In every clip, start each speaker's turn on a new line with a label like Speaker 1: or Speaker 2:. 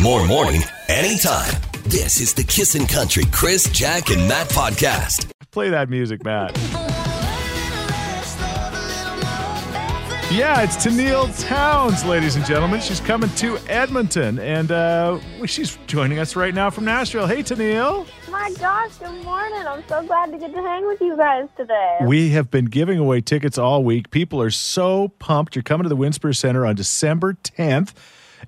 Speaker 1: More morning, anytime. This is the Kissin' Country Chris, Jack, and Matt podcast.
Speaker 2: Play that music, Matt. Yeah, it's Tennille Towns, ladies and gentlemen. She's coming to Edmonton, and uh, she's joining us right now from Nashville. Hey, Tennille.
Speaker 3: My gosh, good morning. I'm so glad to get to hang with you guys today.
Speaker 2: We have been giving away tickets all week. People are so pumped. You're coming to the Winsper Center on December 10th.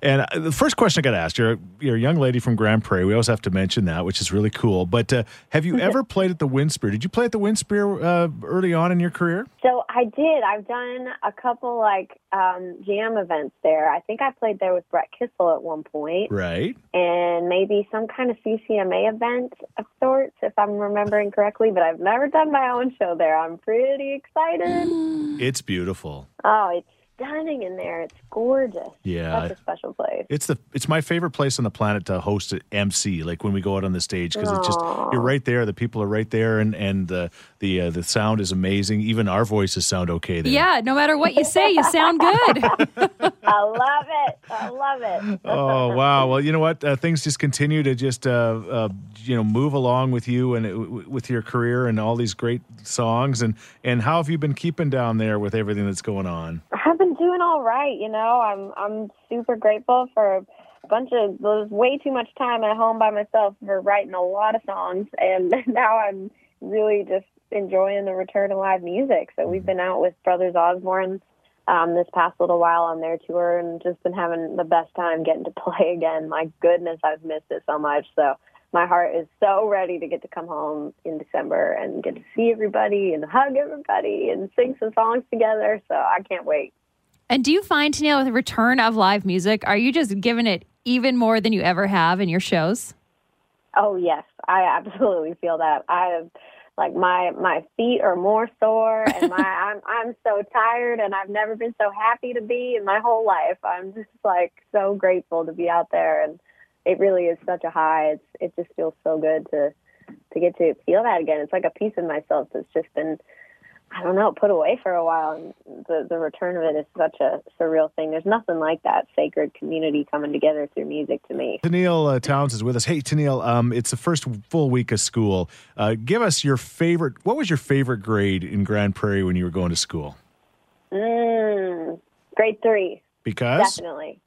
Speaker 2: And uh, the first question I got to ask you're, a- you're a young lady from Grand Prairie. We always have to mention that, which is really cool. But uh, have you ever played at the Windspear? Did you play at the Windspear uh, early on in your career?
Speaker 3: so I did. I've done a couple like um, jam events there. I think I played there with Brett Kissel at one point,
Speaker 2: Right.
Speaker 3: and maybe some kind of CCMA event of sorts, if I'm remembering correctly. But I've never done my own show there. I'm pretty excited.
Speaker 2: It's beautiful.
Speaker 3: oh, it's stunning in there. It's gorgeous.
Speaker 2: Yeah,
Speaker 3: such a special place.
Speaker 2: It's the it's my favorite place on the planet to host an MC. Like when we go out on the stage because it's just you're right there. The people are right there, and and the the uh, the sound is amazing. Even our voices sound okay there.
Speaker 4: Yeah, no matter what you say, you sound good.
Speaker 3: I love it. I love it.
Speaker 2: Oh wow! Well, you know what? Uh, things just continue to just uh, uh, you know move along with you and uh, with your career and all these great songs and and how have you been keeping down there with everything that's going on?
Speaker 3: I've been doing all right, you know. I'm I'm super grateful for a bunch of there's way too much time at home by myself for writing a lot of songs and now I'm really just enjoying the return of live music. So we've been out with Brothers Osborne um, this past little while on their tour and just been having the best time getting to play again. My goodness, I've missed it so much. So my heart is so ready to get to come home in December and get to see everybody and hug everybody and sing some songs together. So I can't wait.
Speaker 4: and do you find Tennille with the return of live music, are you just giving it even more than you ever have in your shows?
Speaker 3: Oh yes, I absolutely feel that. I have like my my feet are more sore and my I'm I'm so tired and I've never been so happy to be in my whole life. I'm just like so grateful to be out there and it really is such a high. It's it just feels so good to to get to feel that again. It's like a piece of myself that's just been I don't know, put away for a while and the the return of it is such a surreal thing. There's nothing like that sacred community coming together through music to me.
Speaker 2: Tennille uh, Towns is with us. Hey, Tennille, um, it's the first full week of school. Uh, give us your favorite. What was your favorite grade in Grand Prairie when you were going to school?
Speaker 3: Mm, grade three,
Speaker 2: Because
Speaker 3: definitely.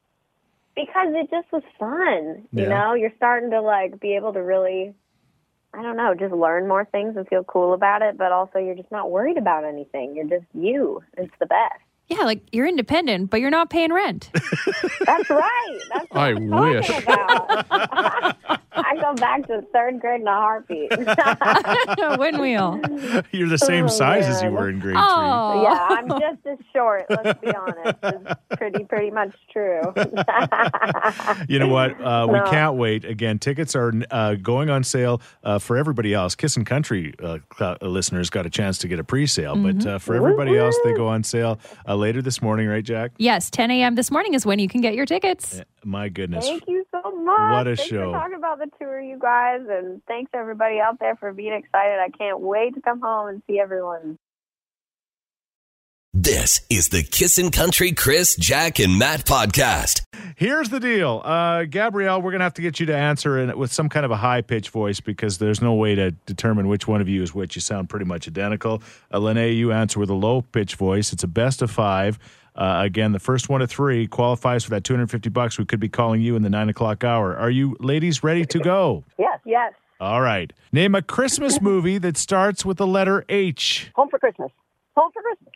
Speaker 3: Because it just was fun.
Speaker 2: Yeah.
Speaker 3: You know, you're starting to like be able to really, I don't know, just learn more things and feel cool about it. But also, you're just not worried about anything. You're just you. It's the best.
Speaker 4: Yeah, like you're independent, but you're not paying rent.
Speaker 3: That's right. That's what
Speaker 5: I
Speaker 3: I'm
Speaker 5: wish.
Speaker 3: talking about. I go back to third grade in a heartbeat.
Speaker 4: Wouldn't we all?
Speaker 2: you're the same
Speaker 3: Oh,
Speaker 2: size as you
Speaker 3: man.
Speaker 2: were in grade three.
Speaker 4: Oh,
Speaker 3: yeah, I'm just as short. Let's be honest. It's pretty, pretty much true.
Speaker 2: You know what? Uh, we
Speaker 3: No.
Speaker 2: can't wait. Again, tickets are uh, going on sale uh, for everybody else. Kiss and Country uh, cl- uh, listeners got a chance to get a pre-sale, but uh,
Speaker 3: Mm-hmm.
Speaker 2: for everybody else, they go on sale uh, later this morning, right, Jack?
Speaker 4: Yes, 10 a.m. this morning is when you can get your tickets.
Speaker 2: My goodness.
Speaker 3: Thank you so much.
Speaker 2: What a
Speaker 3: thanks
Speaker 2: show.
Speaker 3: For talking about the tour, you guys, and thanks everybody out there for being excited. I can't wait to come home and see everyone.
Speaker 1: This is the Kissin' Country Chris, Jack, and Matt podcast.
Speaker 2: Here's the deal, uh, Gabrielle. We're gonna have to get you to answer in, with some kind of a high pitched voice because there's no way to determine which one of you is which. You sound pretty much identical. Uh, Lene, you answer with a low pitched voice. It's a best of five. Uh, again, the first one of three qualifies for that 250 bucks. We could be calling you in the nine o'clock hour. Are you ladies ready to go?
Speaker 3: Yes, yes.
Speaker 2: All right. Name a Christmas movie that starts with the letter H.
Speaker 6: Home for Christmas. Home for Christmas.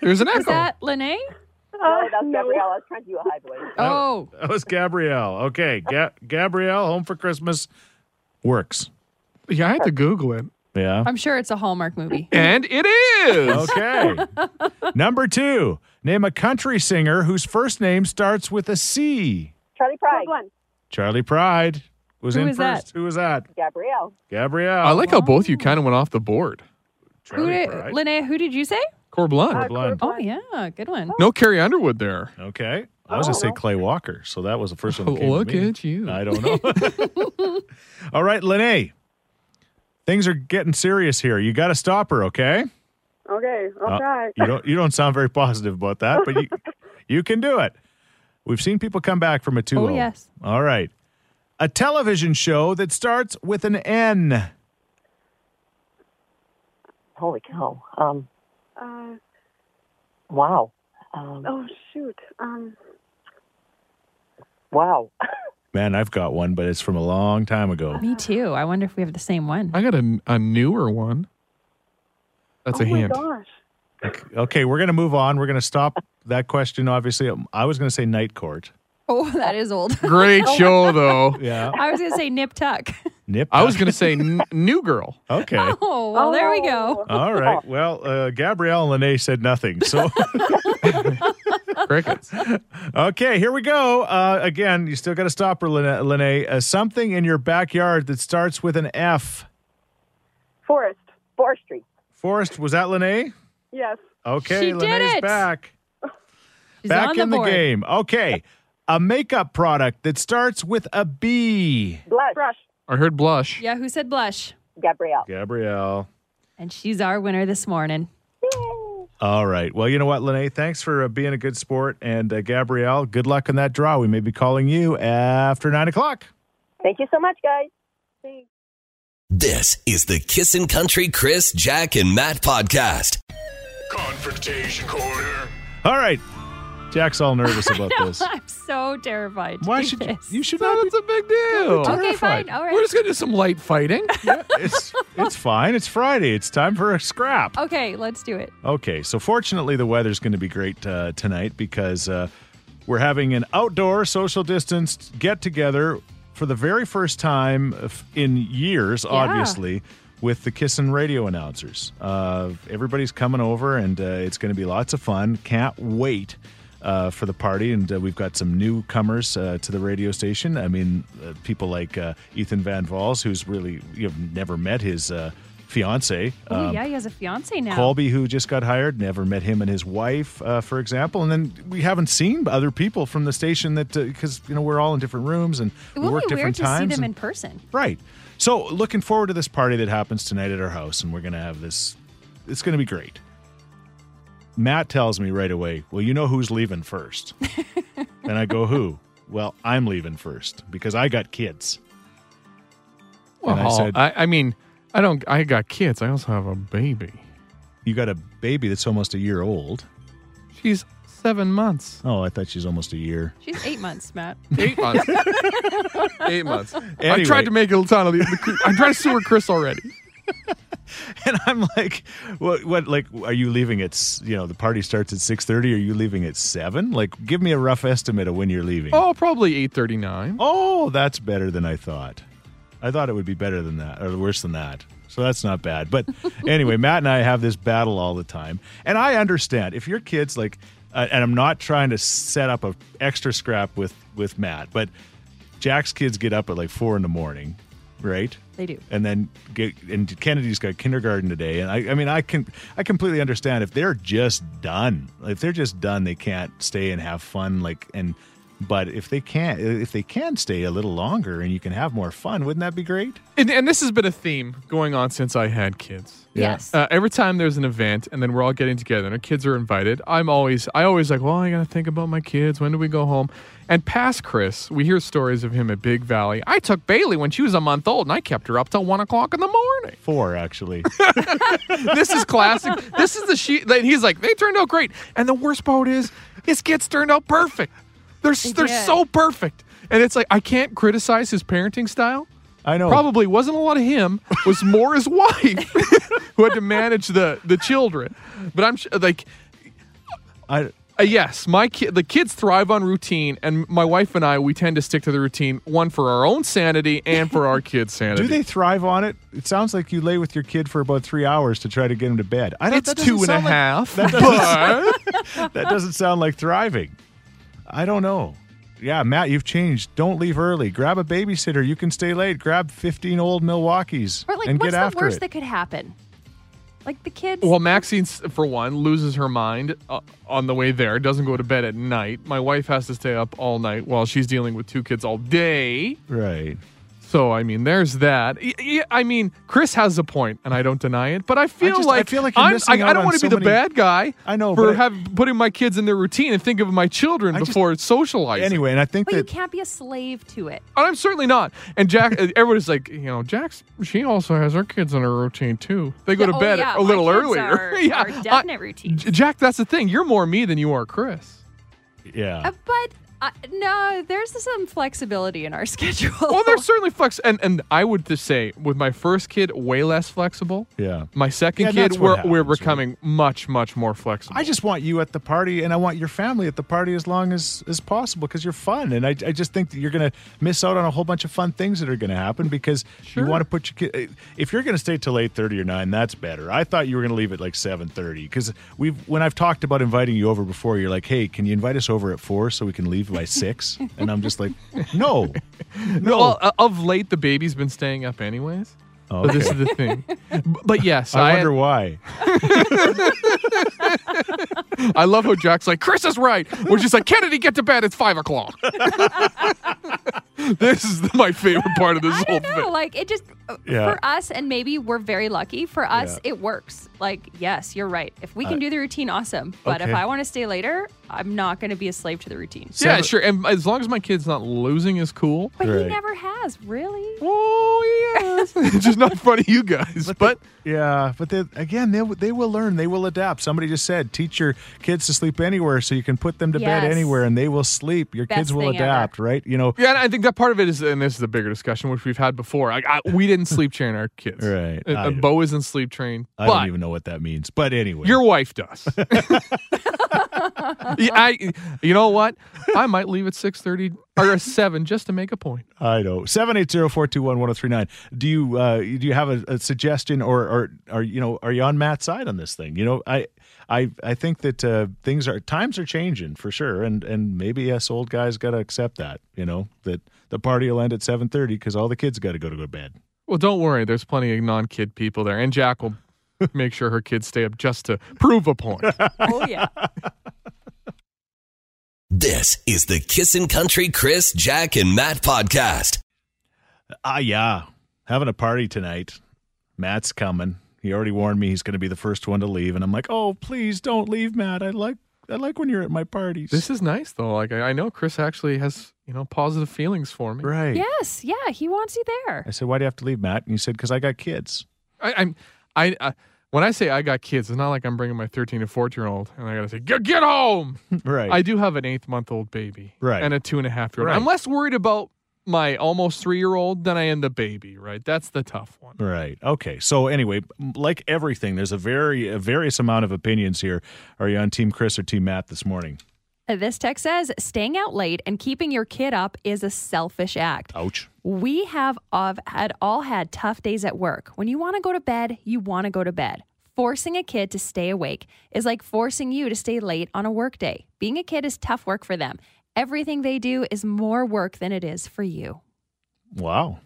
Speaker 5: There's an
Speaker 4: Is
Speaker 5: echo.
Speaker 4: that Lene?
Speaker 6: No,
Speaker 3: Oh,
Speaker 6: that's
Speaker 3: no.
Speaker 6: Gabrielle. I was trying to do a high voice.
Speaker 4: Oh,
Speaker 2: That was Gabrielle. Okay, Ga- Gabrielle, Home for Christmas works.
Speaker 5: yeah, I had to Google it.
Speaker 2: Yeah.
Speaker 4: I'm sure it's a Hallmark movie.
Speaker 5: And it is.
Speaker 2: Okay. Number two, name a country singer whose first name starts with a C.
Speaker 6: Charlie Pride.
Speaker 3: Good one.
Speaker 2: Charlie Pride was
Speaker 4: Who
Speaker 2: in
Speaker 4: is
Speaker 2: first.
Speaker 4: that?
Speaker 2: Who was that?
Speaker 6: Gabrielle.
Speaker 2: Gabrielle.
Speaker 5: I like how both you kind of went off the board.
Speaker 4: Who
Speaker 2: Charlie
Speaker 4: did,
Speaker 2: Pride.
Speaker 4: Lene, who did you say?
Speaker 5: Corblund.
Speaker 2: Blonde.
Speaker 4: Oh, yeah, good one.
Speaker 5: No Carrie Underwood there.
Speaker 2: Okay. I was going to say Clay Walker, so that was the first one. that came to
Speaker 5: Oh, Look
Speaker 2: me.
Speaker 5: at you.
Speaker 2: I don't know. All right, Lene. Things are getting serious here. You got to stop her, okay?
Speaker 6: Okay, I'll
Speaker 2: Uh,
Speaker 6: try.
Speaker 2: You don't you don't sound very positive about that, but you you can do it. We've seen people come back from a 2
Speaker 4: Oh, yes.
Speaker 2: All right. A television show that starts with an N.
Speaker 6: Holy cow. Um,
Speaker 3: Uh,
Speaker 6: wow. Um,
Speaker 3: oh shoot. Um,
Speaker 6: Wow.
Speaker 2: Man, I've got one, but it's from a long time ago.
Speaker 4: Me too. I wonder if we have the same one.
Speaker 5: I got a, a newer one. That's
Speaker 3: oh
Speaker 5: a
Speaker 3: my
Speaker 5: hint.
Speaker 3: gosh.
Speaker 2: Okay, we're going to move on. We're going to stop that question, obviously. I was going to say Night Court.
Speaker 4: Oh, that is old.
Speaker 5: Great
Speaker 4: Oh
Speaker 5: show though.
Speaker 2: Yeah.
Speaker 4: I was going to say Nip Tuck.
Speaker 2: Nip.
Speaker 5: I was gonna say n- New Girl.
Speaker 2: Okay.
Speaker 4: Oh, well, there we go.
Speaker 2: All right. Well, uh, Gabrielle and Lene said nothing. So,
Speaker 5: Crickets.
Speaker 2: okay, here we go. Uh, again, you still got to stop her, Lene. Lene. Uh, something in your backyard that starts with an F.
Speaker 3: Forest.
Speaker 6: Forestry.
Speaker 2: Forrest, was that Lene?
Speaker 3: Yes.
Speaker 2: Okay,
Speaker 4: She did
Speaker 2: Lene's
Speaker 4: it.
Speaker 2: back.
Speaker 4: She's
Speaker 2: back
Speaker 4: on the
Speaker 2: in the
Speaker 4: board.
Speaker 2: game. Okay. A makeup product that starts with a B.
Speaker 6: Blush.
Speaker 3: Brush.
Speaker 5: I heard blush.
Speaker 4: Yeah, who said blush?
Speaker 6: Gabrielle.
Speaker 2: Gabrielle.
Speaker 4: And she's our winner this morning.
Speaker 2: All right. Well, you know what, Lene? Thanks for uh, being a good sport. And uh, Gabrielle, good luck on that draw. We may be calling you after nine o'clock.
Speaker 6: Thank you so much, guys.
Speaker 3: Thanks.
Speaker 1: This is the Kissin' Country Chris, Jack, and Matt podcast.
Speaker 7: Confrontation Corner.
Speaker 2: All right. Jack's all nervous about this.
Speaker 4: I'm so terrified. to
Speaker 2: Why
Speaker 4: do
Speaker 2: should you?
Speaker 4: this.
Speaker 2: You should
Speaker 5: No,
Speaker 2: not.
Speaker 5: that's a big
Speaker 2: Don't
Speaker 5: deal.
Speaker 2: be
Speaker 4: Okay,
Speaker 2: terrified.
Speaker 4: fine. All
Speaker 5: We're
Speaker 4: right.
Speaker 5: just gonna do some light fighting.
Speaker 2: It's, it's fine. It's Friday. It's time for a scrap.
Speaker 4: Okay, let's do it.
Speaker 2: Okay, so fortunately, the weather's going to be great uh, tonight because uh, we're having an outdoor, social distanced get together for the very first time f- in years, obviously, with the Kissin' Radio announcers. Uh, everybody's coming over, and uh, it's going to be lots of fun. Can't wait. Uh, for the party, and uh, we've got some newcomers uh, to the radio station. I mean, uh, people like uh, Ethan Van Valls, who's really you've never met his uh, fiance.
Speaker 4: Oh, yeah, he has a fiance now.
Speaker 2: Colby, who just got hired, never met him and his wife, uh, for example. And then we haven't seen other people from the station that because you know we're all in different rooms and
Speaker 4: it
Speaker 2: we
Speaker 4: will
Speaker 2: work
Speaker 4: be weird
Speaker 2: different
Speaker 4: to see
Speaker 2: times.
Speaker 4: them in
Speaker 2: and-
Speaker 4: person.
Speaker 2: right. So looking forward to this party that happens tonight at our house, and we're gonna have this. It's gonna be great. Matt tells me right away, "Well, you know who's leaving first. and I go, "Who?" Well, I'm leaving first because I got kids.
Speaker 5: Well,
Speaker 2: And I
Speaker 5: I,
Speaker 2: said-
Speaker 5: I, mean, I don't. I got kids. I also have a baby.
Speaker 2: You got a baby that's almost a year old.
Speaker 5: She's seven months.
Speaker 2: Oh, I thought she's almost a year.
Speaker 4: She's eight months, Matt.
Speaker 5: Eight months. Eight months. I
Speaker 2: Anyway.
Speaker 5: tried to make it a ton of the. I'm trying to sewer Chris already.
Speaker 2: and I'm like, what? What? Like, are you leaving at? s- You know, the party starts at six thirty. Are you leaving at seven? Like, give me a rough estimate of when you're leaving.
Speaker 5: Oh, probably eight thirty nine.
Speaker 2: Oh, that's better than I thought. I thought it would be better than that, or worse than that. So that's not bad. But anyway, Matt and I have this battle all the time, and I understand if your kids like. Uh, and I'm not trying to set up a extra scrap with with Matt, but Jack's kids get up at like four in the morning, right?
Speaker 4: They do.
Speaker 2: and then get, and Kennedy's got kindergarten today, and I, I mean I can I completely understand if they're just done, if they're just done, they can't stay and have fun like and but if they can't if they can stay a little longer and you can have more fun, wouldn't that be great?
Speaker 5: And, and this has been a theme going on since I had kids.
Speaker 4: Yes.
Speaker 5: Uh, every time there's an event and then we're all getting together and our kids are invited, I'm always I always like, well, I gotta think about my kids. When do we go home? And past Chris, we hear stories of him at Big Valley. I took Bailey when she was a month old and I kept her up till one o'clock in the morning.
Speaker 2: Four actually.
Speaker 5: this is classic. This is the she. Like, he's like, they turned out great. And the worst part is, his kids turned out perfect. They're s- they're
Speaker 4: did.
Speaker 5: so perfect. And it's like I can't criticize his parenting style.
Speaker 2: I know.
Speaker 5: Probably wasn't a lot of him. Was more his wife, who had to manage the the children. But I'm sh- like,
Speaker 2: I,
Speaker 5: uh, yes, my kid, the kids thrive on routine, and my wife and I, we tend to stick to the routine. One for our own sanity and for our kids' sanity.
Speaker 2: do they thrive on it? It sounds like you lay with your kid for about three hours to try to get him to bed. I don't.
Speaker 5: It's
Speaker 2: that doesn't
Speaker 5: two and a
Speaker 2: sound like-
Speaker 5: half. but-
Speaker 2: that doesn't sound like thriving. I don't know. Yeah, Matt, you've changed. Don't leave early. Grab a babysitter. You can stay late. Grab 15 old Milwaukee's
Speaker 4: Or like,
Speaker 2: and
Speaker 4: what's
Speaker 2: get
Speaker 4: the
Speaker 2: after
Speaker 4: worst
Speaker 2: it.
Speaker 4: that could happen? Like the kids.
Speaker 5: Well, Maxine, s- for one, loses her mind uh, on the way there, doesn't go to bed at night. My wife has to stay up all night while she's dealing with two kids all day.
Speaker 2: right.
Speaker 5: So I mean, there's that. Y- y- I mean, Chris has a point, and I don't deny it. But I feel
Speaker 2: just- I
Speaker 5: like
Speaker 2: feel like you're
Speaker 5: I'm,
Speaker 2: missing
Speaker 5: I,
Speaker 2: out
Speaker 5: I don't
Speaker 2: on
Speaker 5: want to
Speaker 2: so
Speaker 5: be the
Speaker 2: many-
Speaker 5: bad guy.
Speaker 2: I know,
Speaker 5: for
Speaker 2: but-
Speaker 5: having putting my kids in their routine and think of my children
Speaker 2: I just-
Speaker 5: before socializing.
Speaker 2: Anyway, and I think
Speaker 4: But you
Speaker 2: that
Speaker 4: can't be a slave to it.
Speaker 5: And I'm certainly not. And Jack, uh, everybody's like, you know, Jack's. She also has her kids in her routine too. They go
Speaker 4: Yeah,
Speaker 5: to
Speaker 4: oh,
Speaker 5: bed
Speaker 4: yeah,
Speaker 5: a
Speaker 4: my
Speaker 5: little
Speaker 4: kids
Speaker 5: earlier.
Speaker 4: are-
Speaker 5: yeah,
Speaker 4: are definite routine.
Speaker 5: J- Jack, that's the thing. You're more me than you are Chris.
Speaker 2: yeah.
Speaker 4: Uh, but uh, no, there's some flexibility in our schedule.
Speaker 5: Well, there's certainly flex, and and I would just say with my first kid, way less flexible.
Speaker 2: Yeah.
Speaker 5: My second
Speaker 2: Yeah,
Speaker 5: kid,
Speaker 2: that's what
Speaker 5: we're we're
Speaker 2: happens, right?
Speaker 5: becoming much much more flexible.
Speaker 2: I just want you at the party, and I want your family at the party as long as as possible because you're fun, and I, I just think that you're going to miss out on a whole bunch of fun things that are going to happen because
Speaker 5: Sure.
Speaker 2: you want to put your kid. If you're going to stay till eight thirty or nine, that's better. I thought you were going to leave at like seven thirty because we've when I've talked about inviting you over before, you're like, hey, can you invite us over at four so we can leave by six? and I'm just like, no, no.
Speaker 5: Well, uh, of late, the baby's been staying up anyways.
Speaker 2: Oh,
Speaker 5: So this
Speaker 2: okay.
Speaker 5: is the thing. B- But yes,
Speaker 2: I
Speaker 5: I,
Speaker 2: wonder why.
Speaker 5: I love how Jack's like, Chris is right. We're just like, Kennedy, get to bed. It's five o'clock. this is the- my favorite part of this
Speaker 4: I
Speaker 5: whole
Speaker 4: don't know.
Speaker 5: thing.
Speaker 4: Like it just uh,
Speaker 2: Yeah.
Speaker 4: for us, and maybe we're very lucky. For us,
Speaker 2: Yeah.
Speaker 4: it works. Like yes, you're right. If we can do the routine, awesome. But
Speaker 2: okay.
Speaker 4: if I want to stay later, I'm not going to be a slave to the routine.
Speaker 5: Yeah, sure. And as long as my kid's not losing his cool.
Speaker 4: But
Speaker 2: Right.
Speaker 4: he never has really.
Speaker 5: Oh, yes. it's just not in front of you guys. But,
Speaker 2: Yeah, but they, again, they they will learn. They will adapt. Somebody just said, teach your kids to sleep anywhere, so you can put them to bed
Speaker 4: Yes.
Speaker 2: anywhere, and they will sleep. Your
Speaker 4: Best
Speaker 2: kids will
Speaker 4: thing ever.
Speaker 2: adapt, right? You know,
Speaker 5: yeah, and I think that part of it is, and this is the bigger discussion, which we've had before. Like, I, we didn't sleep train our kids.
Speaker 2: Right.
Speaker 5: Uh,
Speaker 2: I
Speaker 5: Uh,
Speaker 2: don't-
Speaker 5: Bo isn't sleep trained.
Speaker 2: I
Speaker 5: but
Speaker 2: don't even know what that means. But anyway,
Speaker 5: Your wife does. Yeah, I, you know what? I might leave at six thirty or seven just to make a point.
Speaker 2: I know seven eight zero four two one one zero three nine. Do you uh, do you have a, a suggestion, or or are you know are you on Matt's side on this thing? You know, I I I think that uh, things are times are changing for sure, and and maybe us old guys got to accept that. You know that the party will end at seven thirty because all the kids got to go to bed.
Speaker 5: Well, don't worry. There's plenty of non-kid people there, and Jack will make sure her kids stay up just to prove a point.
Speaker 4: Oh yeah.
Speaker 1: This is the Kissin' Country Chris, Jack, and Matt podcast.
Speaker 2: Ah, yeah. Having a party tonight. Matt's coming. He already warned me he's going to be the first one to leave. And I'm like, oh, please don't leave, Matt. I like. I like when you're at my parties.
Speaker 5: this is nice though. Like I, I know Chris actually has you know positive feelings for me.
Speaker 2: right.
Speaker 4: yes. Yeah. He wants you there.
Speaker 2: I said, why do you have to leave, Matt? And he said, because I got kids.
Speaker 5: I, I'm I. I when I say I got kids, it's not like I'm bringing my 13 and 14 year old and I gotta say, get, get home.
Speaker 2: Right.
Speaker 5: I do have an eighth month old baby.
Speaker 2: Right.
Speaker 5: And a two and a half year old.
Speaker 2: Right.
Speaker 5: I'm less worried about my almost three year old than I am the baby, right? That's the tough one.
Speaker 2: Right. Okay. So anyway, like everything, there's a very a various amount of opinions here. Are you on Team Chris or Team Matt this morning?
Speaker 4: Uh, This text says staying out late and keeping your kid up is a selfish act.
Speaker 2: Ouch.
Speaker 4: We have of had all had tough days at work. When you want to go to bed, you want to go to bed. Forcing a kid to stay awake is like forcing you to stay late on a work day. Being a kid is tough work for them. Everything they do is more work than it is for you.
Speaker 2: Wow.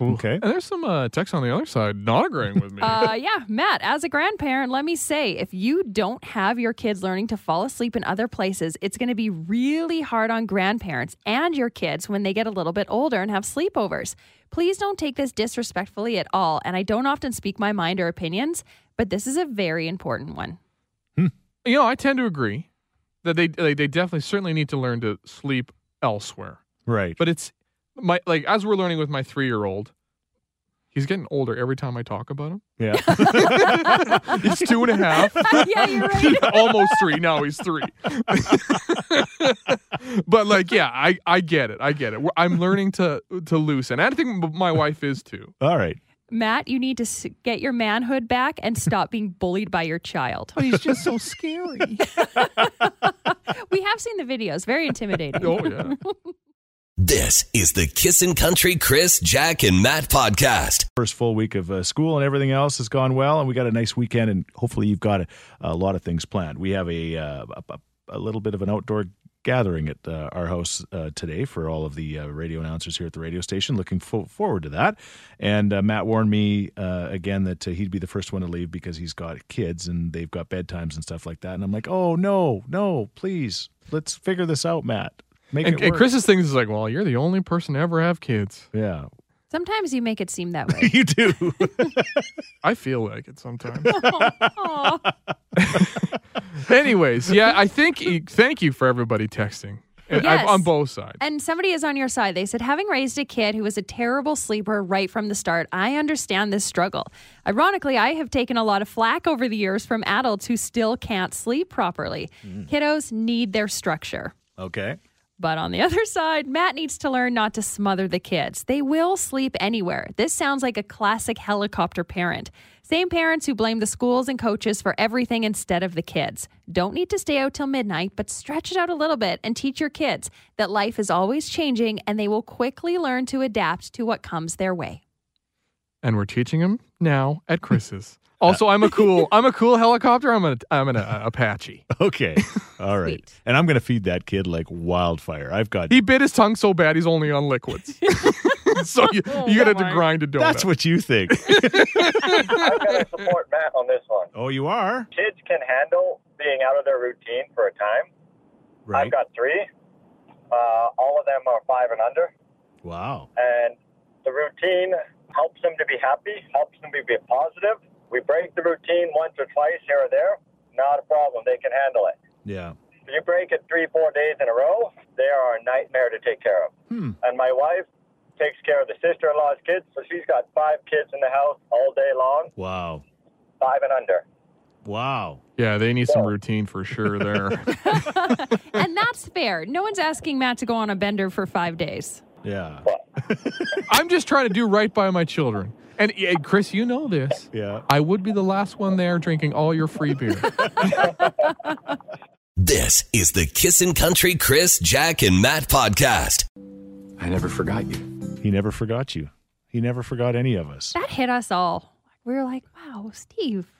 Speaker 2: Okay.
Speaker 5: And there's some uh, text on the other side not agreeing with me.
Speaker 4: Uh, yeah, Matt, as a grandparent, let me say if you don't have your kids learning to fall asleep in other places, it's going to be really hard on grandparents and your kids when they get a little bit older and have sleepovers. Please don't take this disrespectfully at all. And I don't often speak my mind or opinions, but this is a very important one.
Speaker 5: you know, I tend to agree that they, they they definitely certainly need to learn to sleep elsewhere.
Speaker 2: Right.
Speaker 5: But it's my like as we're learning with my three year old, he's getting older every time I talk about him.
Speaker 2: Yeah.
Speaker 5: He's two and a half.
Speaker 4: yeah, you're right.
Speaker 5: almost three. Now he's three. but like, yeah, I, I get it. I get it. We're- I'm learning to to loosen. And I think my wife is too.
Speaker 2: All right.
Speaker 4: Matt, you need to s- get your manhood back and stop being bullied by your child.
Speaker 5: But he's just so scary.
Speaker 4: We have seen the videos, very intimidating.
Speaker 5: oh yeah.
Speaker 1: This is the Kissin' Country Chris, Jack, and Matt podcast.
Speaker 2: first full week of uh, school and everything else has gone well, and we got a nice weekend, and hopefully you've got a, a lot of things planned. We have a uh, a, a- a little bit of an outdoor gathering at uh, our house uh, today for all of the uh, radio announcers here at the radio station. Looking fo- forward to that. And uh, Matt warned me uh, again that uh, he'd be the first one to leave because he's got kids and they've got bedtimes and stuff like that. And I'm like, oh no, no, please, let's figure this out, Matt. Make
Speaker 5: And,
Speaker 2: it
Speaker 5: and
Speaker 2: work.
Speaker 5: Chris's thing is like, well, you're the only person to ever have kids.
Speaker 2: yeah.
Speaker 4: Sometimes you make it seem that way.
Speaker 2: you do.
Speaker 5: I feel like it sometimes.
Speaker 4: Aw.
Speaker 5: Anyways, yeah, I think e, thank you for everybody texting Uh,
Speaker 4: Yes.
Speaker 5: on both sides.
Speaker 4: And somebody is on your side. They said, having raised a kid who was a terrible sleeper right from the start, I understand this struggle. Ironically, I have taken a lot of flack over the years from adults who still can't sleep properly. Kiddos need their structure.
Speaker 2: okay.
Speaker 4: But on the other side, Matt needs to learn not to smother the kids. They will sleep anywhere. This sounds like a classic helicopter parent. Same parents who blame the schools and coaches for everything instead of the kids. Don't need to stay out till midnight, but stretch it out a little bit and teach your kids that life is always changing and they will quickly learn to adapt to what comes their way.
Speaker 5: and we're teaching them now at Chris's. Also, I'm a cool, I'm a cool helicopter. I'm an, I'm an uh, Apache.
Speaker 2: Okay. All right.
Speaker 4: Sweet.
Speaker 2: And I'm going to feed that kid like wildfire. I've got.
Speaker 5: He bit his tongue so bad he's only on liquids. so you, you gotta
Speaker 4: don't worry.
Speaker 5: grind a donut.
Speaker 2: That's what you think.
Speaker 8: I've got to support Matt on this one.
Speaker 2: oh, you are?
Speaker 8: Kids can handle being out of their routine for a time. I've
Speaker 2: Right.
Speaker 8: got three. Uh, all of them are five and under,
Speaker 2: wow.
Speaker 8: and the routine helps them to be happy, helps them to be positive. We break the routine once or twice here or there, not a problem. They can handle it.
Speaker 2: Yeah.
Speaker 8: If you break it three, four days in a row, they are a nightmare to take care of.
Speaker 2: Hmm.
Speaker 8: And my wife takes care of the sister-in-law's kids, so she's got five kids in the house all day long,
Speaker 2: Wow.
Speaker 8: five and under.
Speaker 2: Wow.
Speaker 5: Yeah, they need some routine for sure. There,
Speaker 4: and that's fair. No one's asking Matt to go on a bender for five days.
Speaker 2: Yeah.
Speaker 5: I'm just trying to do right by my children. And, and Chris, you know this.
Speaker 2: Yeah.
Speaker 5: I would be the last one there drinking all your free beer.
Speaker 1: This is the Kissin' Country Chris, Jack, and Matt podcast.
Speaker 9: I never forgot you.
Speaker 2: He never forgot you. He never forgot any of us.
Speaker 4: That hit us all. We were like, wow, Steve.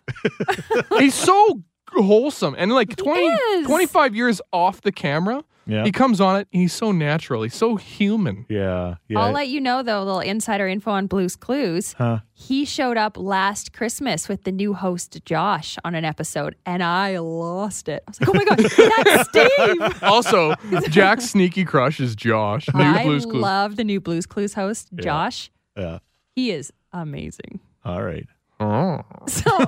Speaker 5: He's so wholesome and like 20,
Speaker 4: is.
Speaker 5: 25 years off the camera.
Speaker 2: Yeah.
Speaker 5: He comes on it. And he's so natural. He's so human.
Speaker 2: Yeah. Yeah.
Speaker 4: I'll let you know though, a little insider info on Blue's Clues.
Speaker 2: Huh.
Speaker 4: He showed up last Christmas with the new host Josh on an episode, and I lost it. I was like, "Oh my god, that's Steve!"
Speaker 5: Also, Jack's sneaky crush is Josh. New
Speaker 4: I
Speaker 5: Blue's Clues.
Speaker 4: love the new Blue's Clues host, Josh.
Speaker 2: Yeah.
Speaker 4: He is amazing.
Speaker 2: All right.
Speaker 5: Oh.
Speaker 4: So,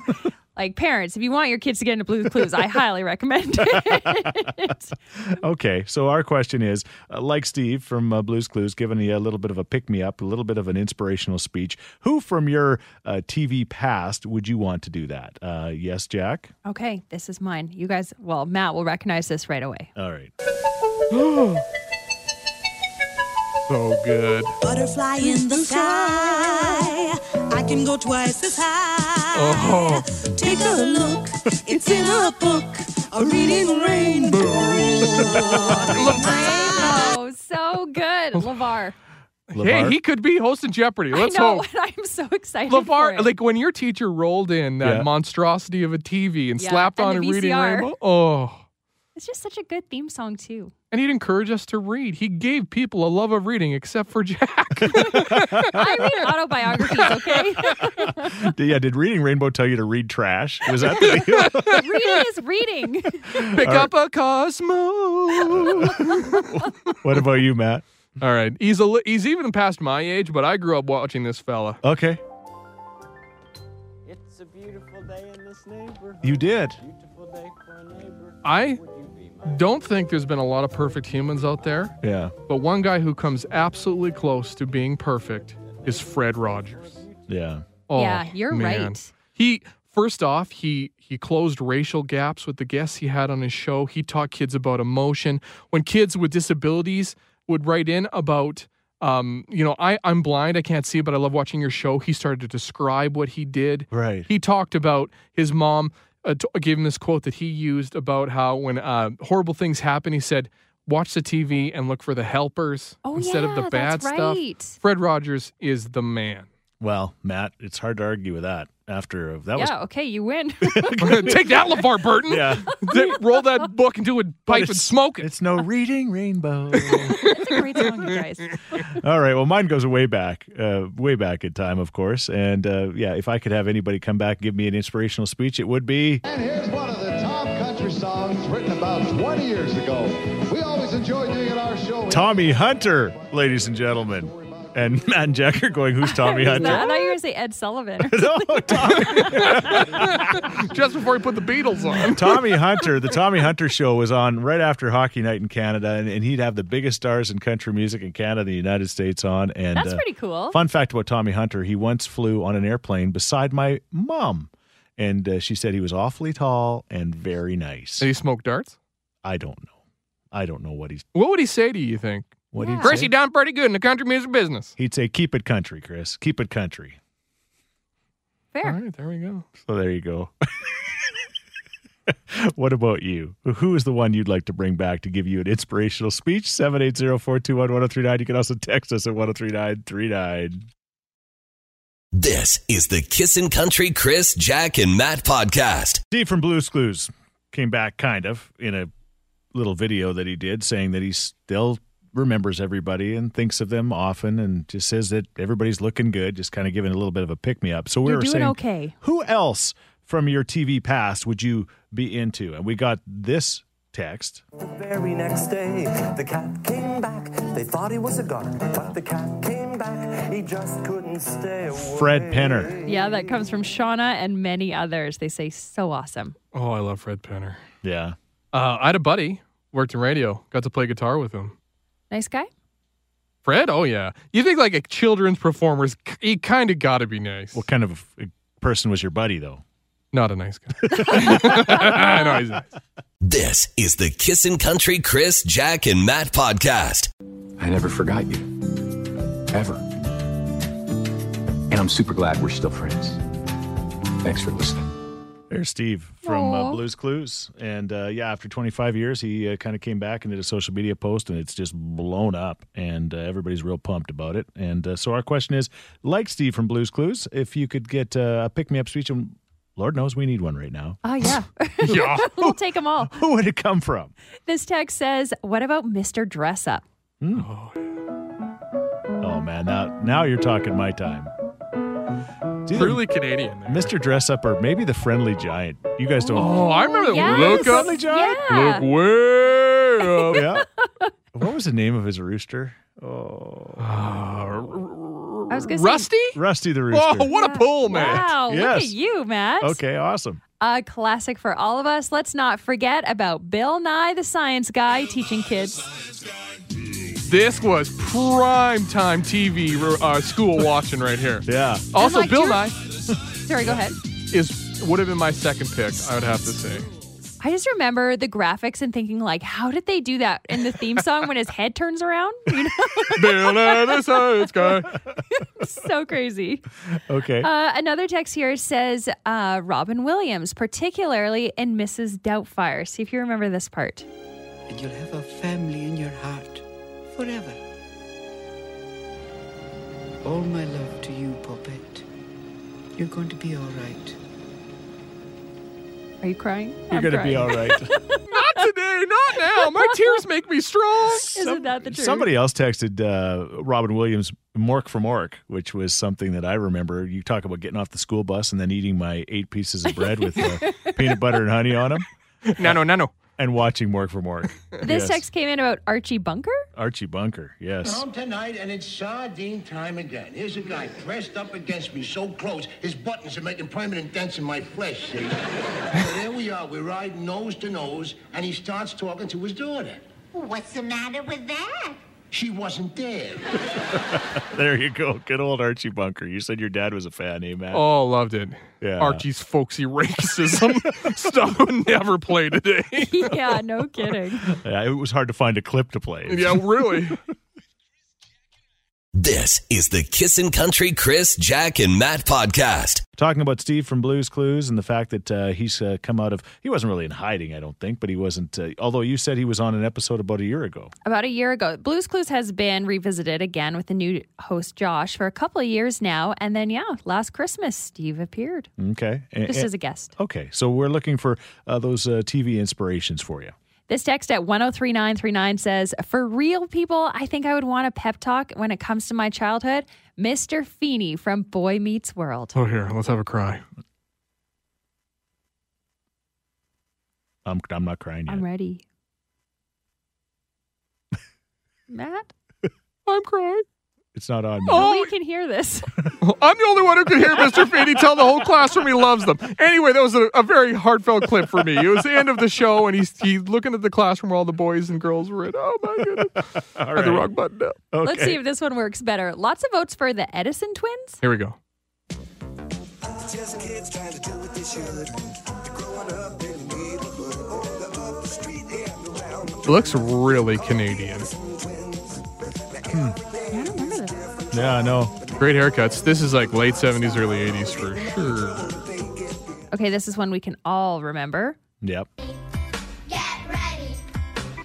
Speaker 4: like parents, if you want your kids to get into Blue's Clues, I highly recommend it.
Speaker 2: Okay. So our question is, uh, like Steve from uh, Blue's Clues, giving you a little bit of a pick me up, a little bit of an inspirational speech. Who from your uh, TV past would you want to do that? Uh, yes, Jack.
Speaker 4: okay, this is mine. You guys, well, Matt will recognize this right away.
Speaker 2: All right.
Speaker 5: So good.
Speaker 10: Butterfly in the sky. I can go twice as high.
Speaker 5: Oh.
Speaker 10: Take a look. It's in a book. A reading rainbow.
Speaker 4: Oh, so good, Lavar.
Speaker 5: Hey,
Speaker 2: LeVar?
Speaker 5: he could be hosting Jeopardy. Let's
Speaker 4: I know,
Speaker 5: hope.
Speaker 4: and I'm so excited. for
Speaker 5: LeVar,
Speaker 4: it.
Speaker 5: like when your teacher rolled in that
Speaker 2: Yeah.
Speaker 5: monstrosity of a TV and
Speaker 4: Yeah,
Speaker 5: slapped
Speaker 4: and
Speaker 5: on
Speaker 4: the
Speaker 5: a reading
Speaker 4: VCR.
Speaker 5: rainbow. Oh.
Speaker 4: It's just such a good theme song too.
Speaker 5: And he'd encourage us to read. He gave people a love of reading, except for Jack.
Speaker 4: I read autobiographies, okay?
Speaker 2: yeah. Did Reading Rainbow tell you to read trash? Was that the deal?
Speaker 4: reading is reading.
Speaker 5: Pick up a Cosmo.
Speaker 2: what about you, Matt?
Speaker 5: All right. He's, a, li- he's even past my age, but I grew up watching this fella.
Speaker 2: Okay.
Speaker 11: It's a beautiful day in this neighborhood.
Speaker 2: You did.
Speaker 11: Beautiful day for a neighbor.
Speaker 5: I
Speaker 11: Would you be my
Speaker 5: don't think there's been a lot of perfect humans out there,
Speaker 2: Yeah.
Speaker 5: but one guy who comes absolutely close to being perfect is Fred Rogers.
Speaker 2: Yeah.
Speaker 5: Oh,
Speaker 4: Yeah, you're
Speaker 5: man.
Speaker 4: right.
Speaker 5: He first off, he he closed racial gaps with the guests he had on his show. He taught kids about emotion. When kids with disabilities would write in about um, you know, I, I'm blind, I can't see, but I love watching your show. He started to describe what he did.
Speaker 2: Right.
Speaker 5: He talked about his mom uh, t- gave him this quote that he used about how when uh, horrible things happen, he said, "Watch the TV and look for the helpers
Speaker 4: Oh
Speaker 5: instead of
Speaker 4: yeah,
Speaker 5: the bad
Speaker 4: that's
Speaker 5: stuff."
Speaker 4: right.
Speaker 5: Fred Rogers is the man.
Speaker 2: Well, Matt, it's hard to argue with that after that was.
Speaker 4: yeah, okay, you win.
Speaker 5: Take that, LeVar Burton.
Speaker 2: Yeah.
Speaker 5: Th- Roll that book into a pipe and
Speaker 2: it's-
Speaker 5: smoke it.
Speaker 2: It's no Reading Rainbow.
Speaker 4: That's a great song, you guys.
Speaker 2: All right. Well, mine goes way back, uh, way back in time, of course. And uh, yeah, if I could have anybody come back and give me an inspirational speech, it would be.
Speaker 11: And here's one of the top country songs written about 20 years ago. We always enjoy doing it our show.
Speaker 2: Tommy Hunter, ladies and gentlemen. and Matt and Jack are going, "Who's Tommy
Speaker 4: Who's that? I
Speaker 2: Hunter?"
Speaker 4: thought you were going to say Ed Sullivan.
Speaker 2: no, Tommy.
Speaker 5: Just before he put the Beatles on.
Speaker 2: Tommy Hunter, the Tommy Hunter show was on right after Hockey Night in Canada, and, and he'd have the biggest stars in country music in Canada, and the United States on. And uh,
Speaker 4: That's pretty cool.
Speaker 2: Fun fact about Tommy Hunter: he once flew on an airplane beside my mom, and uh, she said he was awfully tall and very nice.
Speaker 5: Did he smoke darts?
Speaker 2: I don't know. I don't know what he's
Speaker 5: What would he say to you, you think?
Speaker 2: what
Speaker 4: Yeah.
Speaker 2: he'd
Speaker 5: Gracie
Speaker 2: say.
Speaker 5: done pretty good in the country music business.
Speaker 2: He'd say, "Keep it country, Chris. Keep it country."
Speaker 5: All
Speaker 4: Fair.
Speaker 5: right, there we go.
Speaker 2: So there you go. what about you? Who is the one you'd like to bring back to give you an inspirational speech? 780-421-1039. You can also text us at 103939.
Speaker 1: This is the Kissin' Country Chris, Jack, and Matt podcast.
Speaker 2: Steve from Blues Clues came back kind of in a little video that he did saying that he still remembers everybody and thinks of them often and just says that everybody's looking good, just kind of giving a little bit of a pick me up. So we
Speaker 4: You're
Speaker 2: were
Speaker 4: doing
Speaker 2: saying
Speaker 4: okay.
Speaker 2: Who else from your TV past would you be into? And we got this text.
Speaker 12: The very next day, the cat came back. They thought he was a guard, but the cat came back. He just couldn't stay away.
Speaker 2: Fred Penner.
Speaker 4: Yeah, that comes from Shauna and many others. They say so awesome.
Speaker 5: Oh, I love Fred Penner.
Speaker 2: Yeah.
Speaker 5: Uh, I had a buddy, worked in radio, got to play guitar with him.
Speaker 4: Nice guy.
Speaker 5: Fred? Oh, yeah. You think like a children's performer's, he kind of got to be nice.
Speaker 2: What kind of person was your buddy, though?
Speaker 5: Not a nice guy. I know he's nice.
Speaker 1: This is the Kissin' Country Chris, Jack, and Matt podcast.
Speaker 9: I never forgot you. Ever. And I'm super glad we're still friends. Thanks for listening.
Speaker 2: There's Steve from uh,
Speaker 4: Aw.
Speaker 2: Blues Clues. And uh, yeah, after 25 years, he uh, kind of came back and did a social media post, and it's just blown up, and uh, everybody's real pumped about it. And uh, so, our question is like Steve from Blues Clues, if you could get uh, a pick me up speech, and Lord knows we need one right now,
Speaker 4: Oh, yeah.
Speaker 5: Yeah.
Speaker 4: we'll take them all.
Speaker 2: who would it come from?
Speaker 4: This text says, What about Mr. Dress Up?
Speaker 2: Oh, man, now, now you're talking my time. It's either
Speaker 5: Truly Canadian. there.
Speaker 2: Mr. Dress Up or maybe the Friendly Giant. You guys don't.
Speaker 5: Oh, I remember that.
Speaker 4: Yes.
Speaker 5: Look up.
Speaker 4: Friendly Giant? Yeah.
Speaker 5: Look way up.
Speaker 2: Yeah. what was the name of his rooster?
Speaker 4: I was going to say.
Speaker 5: Rusty?
Speaker 2: Rusty the Rooster.
Speaker 5: Whoa, Oh, what a pull, man.
Speaker 4: Wow, look at
Speaker 2: Yes.
Speaker 4: you, Matt.
Speaker 2: Okay, awesome.
Speaker 4: A classic for all of us. Let's not forget about Bill Nye the Science Guy teaching kids.
Speaker 5: This was prime time TV uh, school watching right here.
Speaker 2: Yeah.
Speaker 5: Also,
Speaker 4: like
Speaker 5: Bill
Speaker 4: your-
Speaker 5: Nye
Speaker 4: Sorry, go ahead.
Speaker 5: is would have been my second pick. I would have to say.
Speaker 4: I just remember the graphics and thinking, like, how did they do that in the theme song when his head turns around? You know,
Speaker 5: Bill Nye the Science Guy.
Speaker 4: so crazy.
Speaker 2: Okay.
Speaker 4: Uh, another text here says uh, Robin Williams, particularly in Mrs. Doubtfire. See if you remember this part.
Speaker 10: And you'll have a family in your heart forever. All my love to you, Poppet. You're going to be all right.
Speaker 4: Are you crying?
Speaker 2: You're
Speaker 4: I'm
Speaker 2: going to be
Speaker 4: crying.
Speaker 2: all right.
Speaker 5: Not today. Not now. My tears make me strong.
Speaker 4: Isn't that the truth?
Speaker 2: Somebody else texted uh, Robin Williams, Mork from Ork, which was something that I remember. You talk about getting off the school bus and then eating my eight pieces of bread with uh, peanut butter and honey on them
Speaker 5: No, no, no, no.
Speaker 2: and watching Mork from Ork.
Speaker 4: This
Speaker 2: Yes.
Speaker 4: text came in about Archie Bunker.
Speaker 2: Archie Bunker, yes.
Speaker 4: Oh.
Speaker 11: Home tonight, and it's sardine time again. Here's a guy pressed up against me so close, his buttons are making permanent dents in my flesh, see? so there we are, we're riding nose to nose, and he starts talking to his daughter.
Speaker 10: What's the matter with that?
Speaker 11: She wasn't there.
Speaker 2: There you go. Good old Archie Bunker. You said your dad was a fan, eh, Matt?
Speaker 5: Oh, loved it.
Speaker 2: Yeah.
Speaker 5: Archie's folksy racism stuff would never play today.
Speaker 4: yeah, no kidding.
Speaker 2: Yeah, it was hard to find a clip to play.
Speaker 5: yeah, really.
Speaker 1: This is the Kissin' Country Chris, Jack, and Matt podcast.
Speaker 2: talking about Steve from Blues Clues and the fact that uh, he's uh, come out of he wasn't really in hiding, I don't think, but he wasn't. Uh, although you said he was on an episode about a year ago.
Speaker 4: About a year ago, Blues Clues has been revisited again with the new host Josh for a couple of years now, and then yeah, last Christmas Steve appeared
Speaker 2: Okay, A-
Speaker 4: just
Speaker 2: a- oh.
Speaker 4: as a guest.
Speaker 2: okay. So we're looking for uh, those uh, TV inspirations for you.
Speaker 4: This text at 103939 says, For real people, I think I would want a pep talk when it comes to my childhood. Mr. Feeney from Boy Meets World.
Speaker 5: Oh, here, let's have a cry.
Speaker 2: I'm I'm not crying yet.
Speaker 4: I'm ready. Matt?
Speaker 5: I'm crying.
Speaker 2: It's not on me.
Speaker 4: Nobody can hear this.
Speaker 5: I'm the only one who can hear Mr. Feeney tell the whole classroom he loves them. Anyway, that was a, a very heartfelt clip for me. It was the end of the show, and he's, he's looking at the classroom where all the boys and girls were in. Oh, my goodness. I had the wrong button down.
Speaker 4: Let's see if this one works better. Lots of votes for the Edison twins.
Speaker 5: Here we go.
Speaker 10: Just kids trying to do what they should. Growing up in the neighborhood or the upper street and around.
Speaker 5: It looks really Canadian.
Speaker 2: Yeah, I know.
Speaker 5: Great haircuts. This is like late 70s, early 80s for sure.
Speaker 4: Okay, this is one we can all remember.
Speaker 2: Yep.
Speaker 13: Get ready,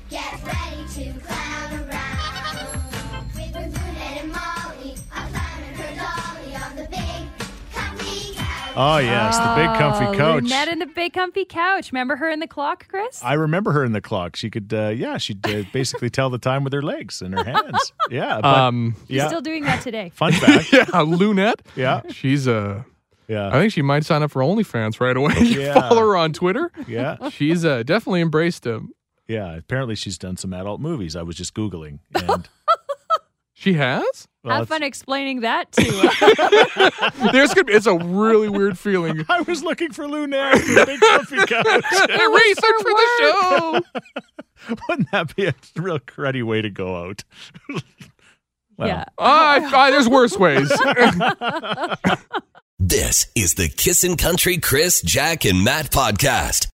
Speaker 13: get ready to clown around. With Ramona and Molly, I'm climbing her dolly on the big comfy couch.
Speaker 2: Oh, yes, the big
Speaker 4: Oh,
Speaker 2: comfy couch. Uh,
Speaker 4: Lunette in the big comfy couch. Remember her in the clock, Chris?
Speaker 2: I remember her in the clock. She could, uh, yeah, she'd uh, basically tell the time with her legs and her hands. Yeah. But,
Speaker 5: Um,
Speaker 4: She's
Speaker 2: yeah.
Speaker 4: still doing that today.
Speaker 2: Fun fact.
Speaker 5: yeah, Uh, Lunette.
Speaker 2: Yeah.
Speaker 5: She's a.
Speaker 2: Yeah.
Speaker 5: I think she might sign up for OnlyFans right away. You
Speaker 2: Yeah.
Speaker 5: Follow her on Twitter.
Speaker 2: Yeah.
Speaker 5: She's uh, definitely embraced him.
Speaker 2: Yeah. Apparently, she's done some adult movies. I was just Googling. And,
Speaker 5: She has.
Speaker 2: well,
Speaker 4: Have
Speaker 2: it's-
Speaker 4: fun explaining that to
Speaker 5: There's gonna be. It's a really weird feeling.
Speaker 2: I was looking for Lunette in the big comfy couch.
Speaker 5: Hey, research for the show.
Speaker 2: Wouldn't that be a real cruddy way to go out? Well,
Speaker 4: Yeah.
Speaker 5: Ah, ah, there's worse ways.
Speaker 1: This is the Kissin' Country Chris, Jack, and Matt podcast.